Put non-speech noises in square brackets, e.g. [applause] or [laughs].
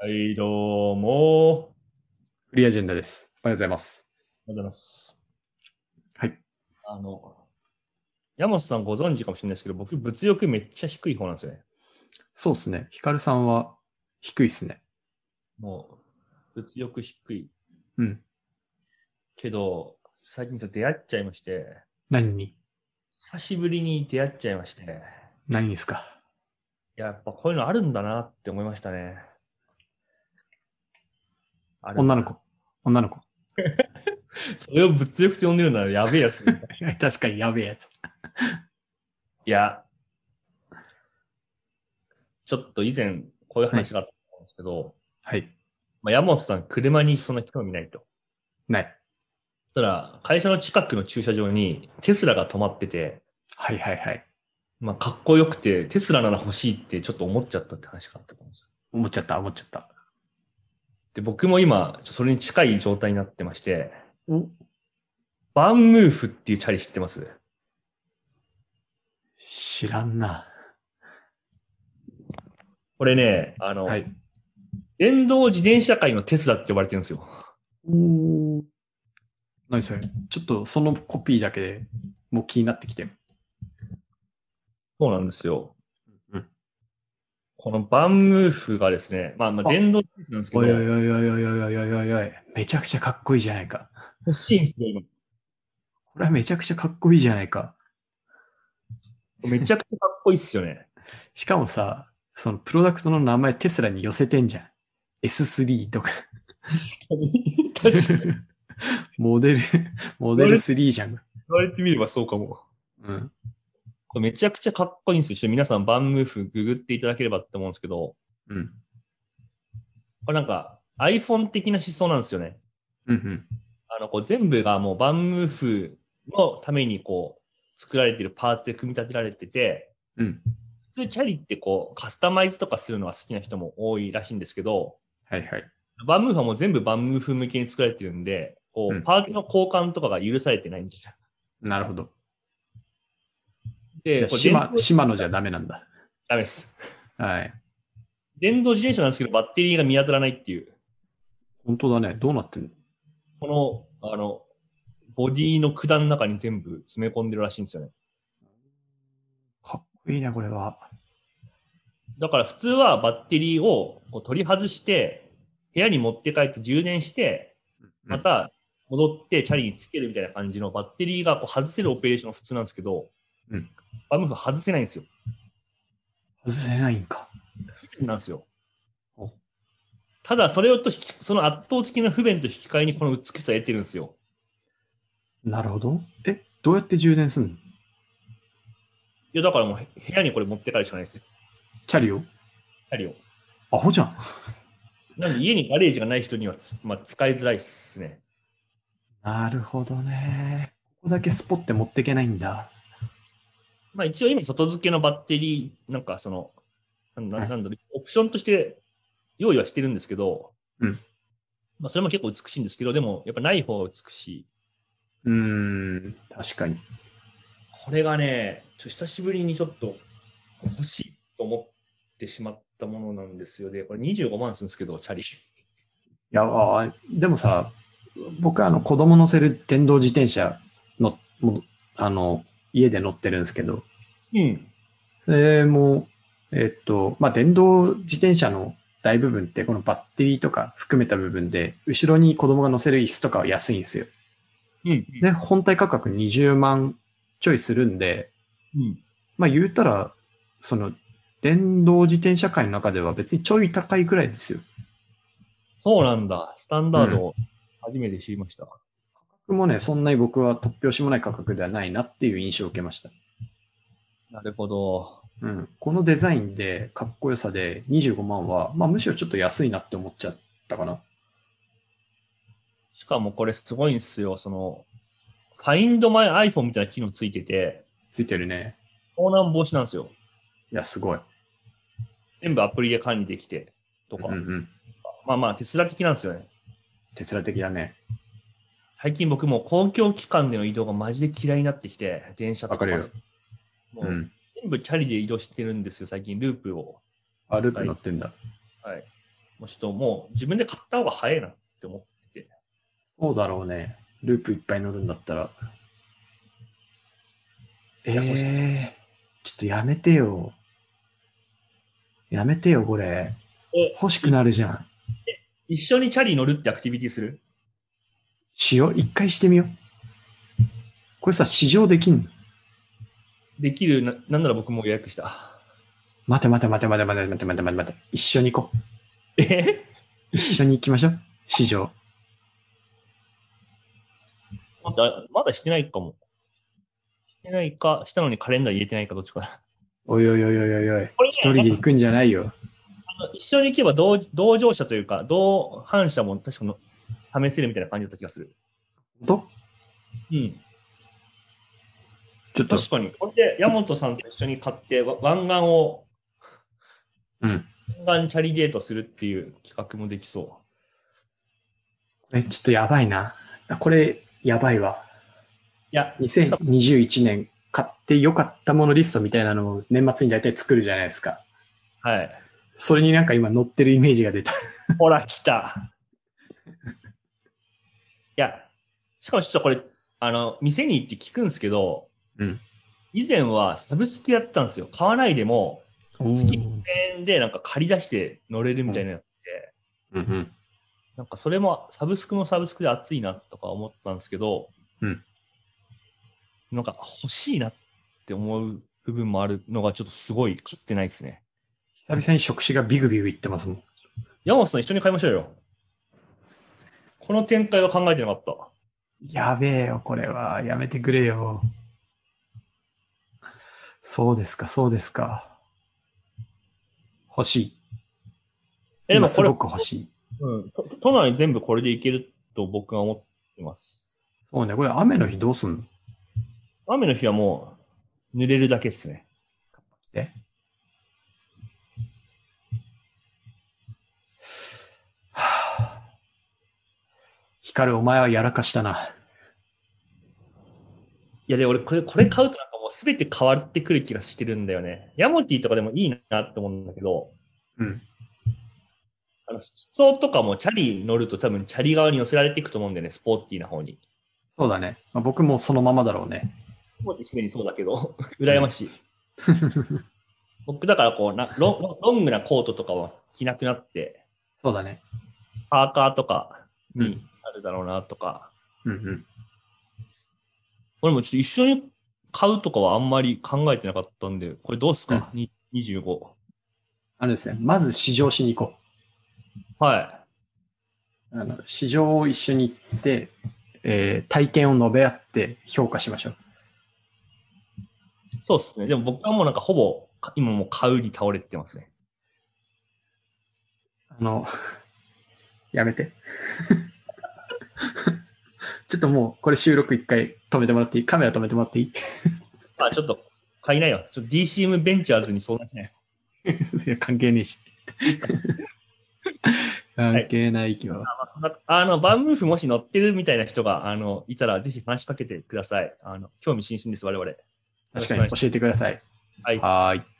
はい、どうも。フリーアジェンダです。おはようございます。おはようございます。はい。あの、山本さんご存知かもしれないですけど、僕、物欲めっちゃ低い方なんですよね。そうですね。ヒカルさんは低いですね。もう、物欲低い。うん。けど、最近ちょっと出会っちゃいまして、何に久しぶりに出会っちゃいまして、い何ですかややっぱこういうのあるんだなって思いましたね。あれ女の。子。女の子。それを物欲と呼んでるならやべえやつ。い [laughs] 確かにやべえやつ。や、ちょっと以前、こういう話があったんですけど、はい。まあ、山本さん、車にそんな興味ないと。ない。そしたら、会社の近くの駐車場にテスラが止まってて、はいはいはい。まあ、かっこよくて、テスラなら欲しいってちょっと思っちゃったって話があったと思うんですよ。思っちゃった、思っちゃった。で、僕も今、ちょそれに近い状態になってまして、おバンムーフっていうチャリ知ってます知らんな。これね、あの、はい。電動自転車界のテスラって呼ばれてるんですよ。お何それちょっとそのコピーだけでもう気になってきて。そうなんですよ。うんこのバンムーフがですね、まあまああ電動自転車なんですけおいおど、いおいおいおいおいおいおいおい。めちゃくちゃかっこいいじゃないか。欲しいんですよ、今。これはめちゃくちゃかっこいいじゃないか。めちゃくちゃかっこいいっすよね。しかもさ、そのプロダクトの名前テスラに寄せてんじゃん。S3 とか、確かに。確かに。言モデル、モデル3じゃん。われてみればそうかも。うん。これめちゃくちゃかっこいいんですよ。ちょっと皆さんバンムーフググっていただければって思うんですけど、うん。これなんか iPhone 的な思想なんですよね。うんうん。あの、こう全部がもうバンムーフのためにこう作られてるパーツで組み立てられてて、うん。普通チャリってこうカスタマイズとかするのが好きな人も多いらしいんですけど、はいはい。バンムーフはもう全部バンムーフ向けに作られてるんで、こうう、んパーツの交換とかが許されてないんですよ。なるほど。で、じゃあ、これシマ電動シマノじゃダメなんだ。ダメです。はい。電動自転車なんですけど、バッテリーが見当たらないっていう。本当だね。どうなってんのこの、あの、ボディの管の中に全部詰め込んでるらしいんですよね。かっこいいな、これは。だから普通はバッテリーをこう取り外して、部屋に持って帰って充電して、うんまた戻ってチャリにつけるみたいな感じのバッテリーがこう外せるオペレーションが普通なんですけど、うんバンムーフ外せないんですよ。外せないんか。不便なんですよお。ただそれをと引き、その圧倒的な不便と引き換えにこの美しさを得てるんですよ。なるほど。え、どうやって充電すんのいや、だからもうへ部屋にこれ持って帰るしかないですよ。チャリをチャリを。アホじゃん。なんで家にガレージがない人にはつ、まあ、使いづらいっすね。なるほどね。ここだけスポって持ってけないんだ。まあ一応今外付けのバッテリー、なんかその、なんなんなんだろう、オプションとして用意はしてるんですけど、うんまあそれも結構美しいんですけど、でもやっぱない方が美しい。うーん、確かに。これがね、ちょ久しぶりにちょっと欲しいと思ってしまったものなんですよ。で、これ25万するんですけど、チャリ。いや、あーでもさ、僕はあの子供乗せる電動自転車の、もうあの、家で乗ってるんですけど、うん。それも、えっと、まあ、電動自転車の大部分って、このバッテリーとか含めた部分で、後ろに子供が乗せる椅子とかは安いんですよ。うん。で、本体価格20万ちょいするんで、うん。まあ、言うたら、その、電動自転車界の中では別にちょい高いぐらいですよ。そうなんだ。スタンダードを初めて知りました。僕もね、そんなに僕は突拍子もない価格ではないなっていう印象を受けました。なるほど。うん、このデザインでかっこよさで25万は、まあ、むしろちょっと安いなって思っちゃったかな。しかもこれすごいんですよ。その、Find My iPhone みたいな機能ついてて、ついてるね。盗難防止なんですよ。いや、すごい。全部アプリで管理できて、とか。うんうん。まあまあ、手伝的なんですよね。テスラ的だね。最近僕もう公共機関での移動がマジで嫌いになってきて、電車とわかか。るよもう。うん全部チャリで移動してるんですよ、最近、ループを。あ、ループ乗ってんだ。はい。まあちょっともう自分で買った方が早いなって思ってて、そうだろうね。ループいっぱい乗るんだったら。えや欲しいえちょっとやめてよ。やめてよ、これえ。欲しくなるじゃん。一緒にチャリ乗るってアクティビティするしよう。一回してみよう。これさ、試乗できんのできるな、なんなら僕も予約した。待て待て待て待て待て待て待て待て待て。一緒に行こう。え一緒に行きましょう。試乗。まだ、まだしてないかも。してないか、したのにカレンダー入れてないかどっちかな。おいおいおいおいおいおい。これね一人で行くんじゃないよ。あの一緒に行けば同同乗者というか、同伴者も確かの試せるみたいな感じだった気がする。本うん。当ちょっと、確かに。ほんで、山本さんと一緒に買って、わ湾岸を、うん。湾岸チャリデートするっていう企画もできそえ、ちょっとやばいな。あこれ、やばいわ。う。いや、 2021年買って良かったものリストみたいなのを年末に大体作るじゃないですか。はい。それになんか今載ってるイメージが出た。ほら、来た。いや、しかもちょっとこれ、あの、店に行って聞くんですけど、うん以前はサブスクやったんですよ。買わないでも、月1000円でなんか借り出して乗れるみたいなやつで、うんなんかそれもサブスクもサブスクで熱いなとか思ったんですけど、うんなんか欲しいなって思う部分もあるのがちょっとすごいかつてないですね。久々に触手がビグビグいってますもん。山本さん一緒に買いましょうよ。この展開は考えてなかった。やべえよ、これは。やめてくれよ。そうですか、そうですか。欲しい。え、でも今こすれご、く欲しい。うん、と都内全部これでいけると僕は思ってます。そうね、これ雨の日どうすんの雨の日はもう濡れるだけですね。はぁヒカル、お前はやらかしたな。いやで、俺これ、これ買うとなんかもう全て変わってくる気がしてるんだよね。ヤモティとかでもいいなって思うんだけど、うん。あの、思想とかもチャリ乗ると多分チャリ側に寄せられていくと思うんだよね、スポーティーな方に。そうだね。まあ、僕もそのままだろうね。スポーティーすでにそうだけど、 [laughs] 羨ましい。僕だからこうなロン、ロンロングなコートとかは着なくなって、そうだね。パーカーとかうにん。なるだろうなとか、うんうん。俺もちょっと一緒に買うとかはあんまり考えてなかったんで、これどうすか、に ?25。あのですね、まず試乗しに行こはう。あの試乗を一緒に行って、えー体験を述べ合って評価しましょう。い。そうですね。でも僕はもうなんかほぼ、か今もう買うに倒れてますね。あの、 [laughs] やめて。 [laughs] ちょっともう、これ収録一回止めてもらっていいカメラ止めてもらってい [laughs] いまあちょっと、買いなよ。ちょっと DCM ベンチャーズに相談しないいや、関係ねえ [laughs] し。関係ないけど。まあそんなあの、バンムーフもし乗ってるみたいな人が、あの、いたら、ぜひ話しかけてください。あの、興味津々です、我々。確かに教えてください。はいはーい。